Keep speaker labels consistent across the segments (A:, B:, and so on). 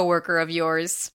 A: coworker of yours.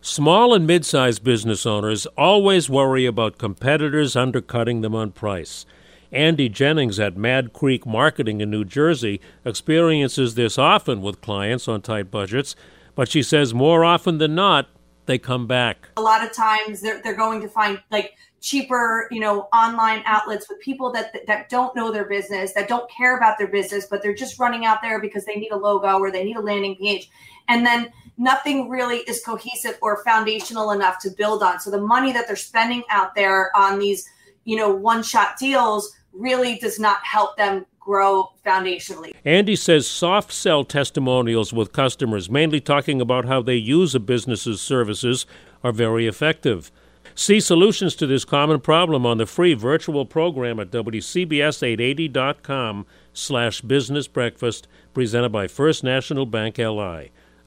B: Small and mid sized business owners always worry about competitors undercutting them on price. Andy Jennings at Mad Creek Marketing in New Jersey experiences this often with clients on tight budgets, but she says more often than not, they come back.
C: a lot of times they're, they're going to find like cheaper you know online outlets with people that that don't know their business that don't care about their business but they're just running out there because they need a logo or they need a landing page and then nothing really is cohesive or foundational enough to build on so the money that they're spending out there on these you know one shot deals really does not help them grow foundationally
B: Andy says soft sell testimonials with customers, mainly talking about how they use a business's services, are very effective. See solutions to this common problem on the free virtual program at wcbs880.com slash business breakfast presented by First National Bank LI.